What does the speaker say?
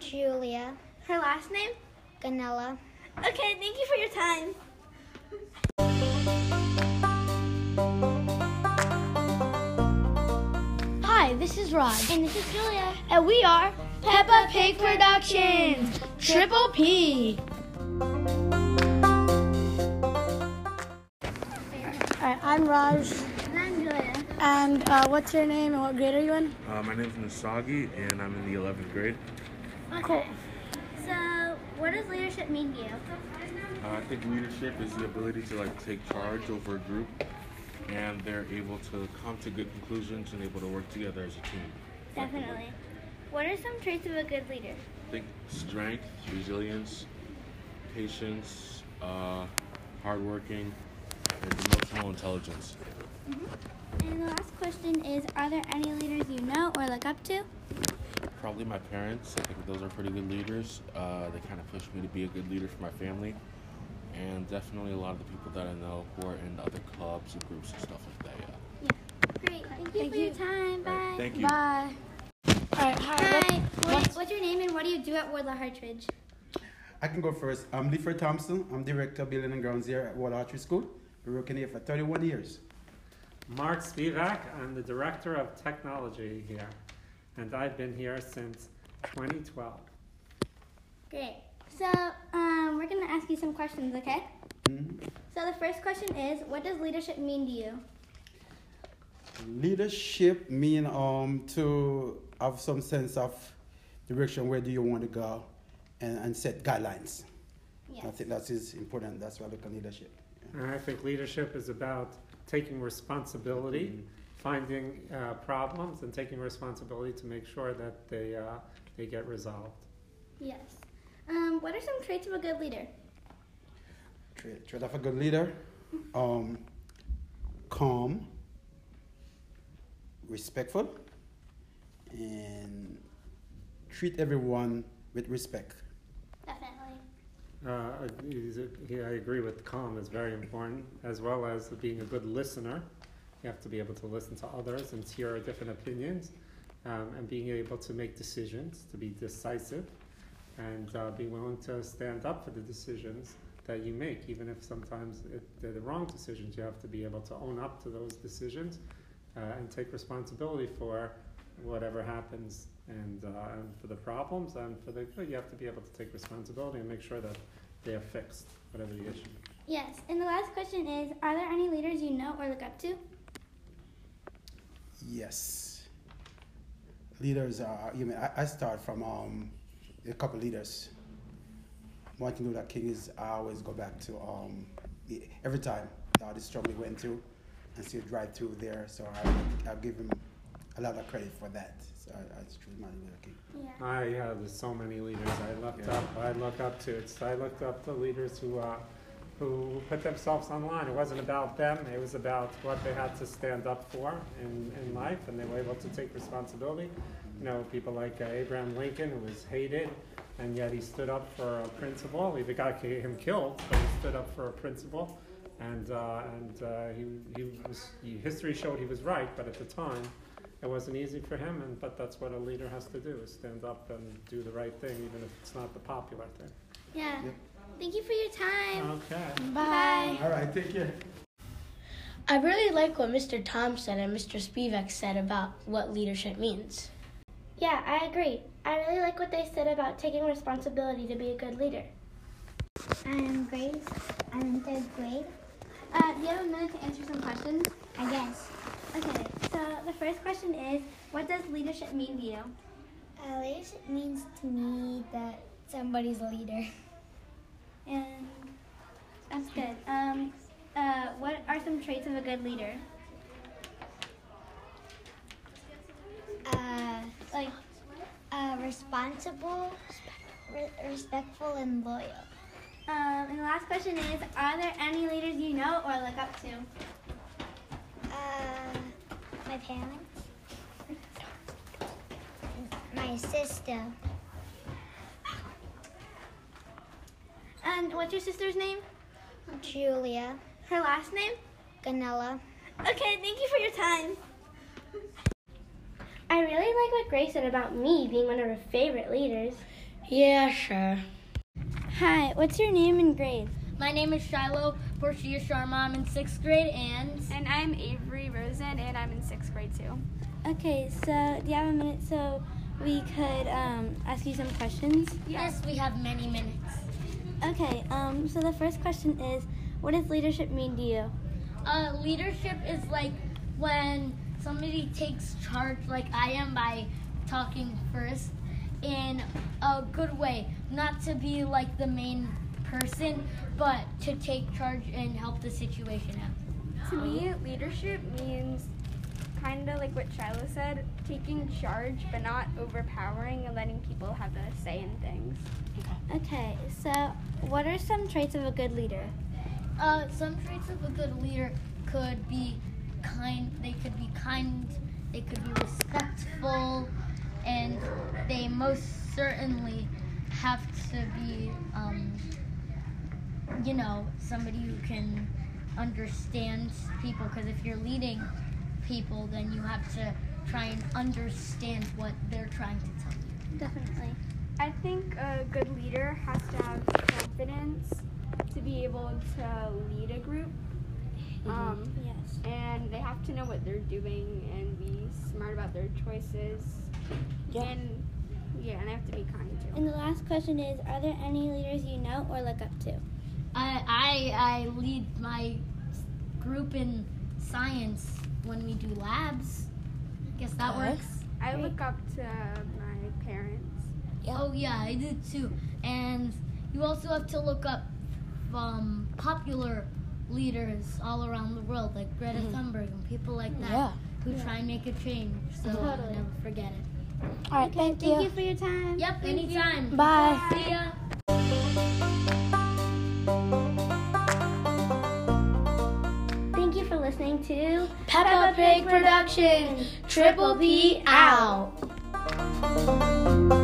Julia Her last name? Ganella. Okay, thank you for your time. Hi, this is Rod, And this is Julia. and we are Peppa Pig Productions, Triple P. Alright, I'm Raj, And I'm Julia. and uh, what's your name and what grade are you in? Uh, my name's Nasagi, and I'm in the 11th grade. Okay. So, what does leadership mean to you? Uh, I think leadership is the ability to like take charge over a group, and they're able to come to good conclusions and able to work together as a team. Definitely. What are some traits of a good leader? I think strength, resilience, patience, uh, hardworking, and emotional intelligence. And the last question is Are there any leaders you know or look up to? Probably my parents. I think those are pretty good leaders. Uh, they kind of pushed me to be a good leader for my family, and definitely a lot of the people that I know who are in other clubs and groups and stuff like that. Yeah. Great. Thank you for your time. Bye. Thank you. Uh, Bye. Alright, hi. what- Hi. What, what's your name and what do you do at Woodlaw Hartridge? I can go first. I'm Leiford Thompson. I'm Director of Building and Grounds here at Wall Archery School. Been working here for 31 years. Mark Spivak, I'm the Director of Technology here, and I've been here since 2012. Great. So, um, we're going to ask you some questions, okay? Mhm. So, the first question is What does leadership mean to you? Leadership mean um, to have some sense of direction. Where do you want to go, and, and set guidelines. I think that is important. That's why I look at leadership. And I think leadership is about taking responsibility, finding uh, problems, and taking responsibility to make sure that they, uh, they get resolved. Yes. Um, what are some traits of a good leader? Trait, trait of a good leader: um, calm, respectful, and treat everyone with respect. Definitely. Uh, is it- yeah, I agree with calm is very important, as well as being a good listener. You have to be able to listen to others and hear different opinions, um, and being able to make decisions, to be decisive, and uh, be willing to stand up for the decisions that you make, even if sometimes it, they're the wrong decisions. You have to be able to own up to those decisions uh, and take responsibility for whatever happens and, uh, and for the problems and for the good. You have to be able to take responsibility and make sure that they are fixed, whatever the issue. Yes. And the last question is Are there any leaders you know or look up to? Yes. Leaders are, you mean, I, I start from um, a couple leaders. Martin Luther King is, I always go back to um, the- every time all the struggle he went through and still drive through there. So I, I give him a lot of credit for that. So I, I choose Martin Luther King. Yeah. I yeah, there's so many leaders I looked up. I look up to it's I looked up to leaders who uh, who put themselves online. It wasn't about them. It was about what they had to stand up for in, in life, and they were able to take responsibility. You know, people like uh, Abraham Lincoln, who was hated, and yet he stood up for a principle. He got him killed, but he stood up for a principle, and uh, and uh, he he was he, history showed he was right, but at the time it wasn't easy for him, and but that's what a leader has to do: is stand up and do the right thing, even if it's not the popular thing. Yeah. Yep. Thank you for your time. Okay. Bye. All right, take care. I really like what Mr. Thompson and Mr. Spivak said about what leadership means. Yeah, I agree. I really like what they said about taking responsibility to be a good leader. I am Grace. I'm in third grade. Uh, do you have a minute to answer some questions? I guess. Okay, so the first question is What does leadership mean to you? Uh, leadership means to me that somebody's a leader. And that's good. Um, uh, what are some traits of a good leader? Uh, Like, uh, responsible, re- respectful, and loyal. um, and the last question is Are there any leaders you know or look up to? Uh, my parents, my sister, And what's your sister's name? Julia Her last name? Ganella. Okay, thank you for your time. I really like what Grace said about me being one of her favorite leaders. Yeah, sure. Hi, what's your name and grade? My name is Shiloh Portia Sharma. I'm in sixth grade, and And I'm Avery Rosen, and I'm in sixth grade too. Okay, so do you have a minute so we could um, ask you some questions? yes, we have many minutes. Okay, um, so the first question is what does leadership mean to you? Uh, leadership is like when somebody takes charge, like I am by talking first in a good way, not to be like the main person, but to take charge and help the situation out. To me, leadership means kind of like what Shiloh said taking charge, but not overpowering and letting people have a say in things. Okay, so what are some traits of a good leader? Uh, some traits of a good leader could be kind. They could be kind. They could be respectful, and they most certainly have to be, um, you know, somebody who can understand people. Because if you're leading people, then you have to try and understand what they're trying to tell you. Definitely. I think a good leader has to have confidence to be able to lead a group. Um, Yes. and they have to know what they're doing and be smart about their choices. And yeah, and I have to be kind too. And the last question is are there any leaders you know or look up to? I, I, I lead my group in science when we do labs. Guess that works. I look up to my parents. Oh yeah, I do too. And you also have to look up um, popular leaders all around the world, like Greta Thunberg and people like that, who try and make a change. So I'll never forget it. All right, thank, you. Thank you for your time. Yep, anytime. Bye. See ya. Thank you for listening to Peppa Pig Production, Triple P out. Bye.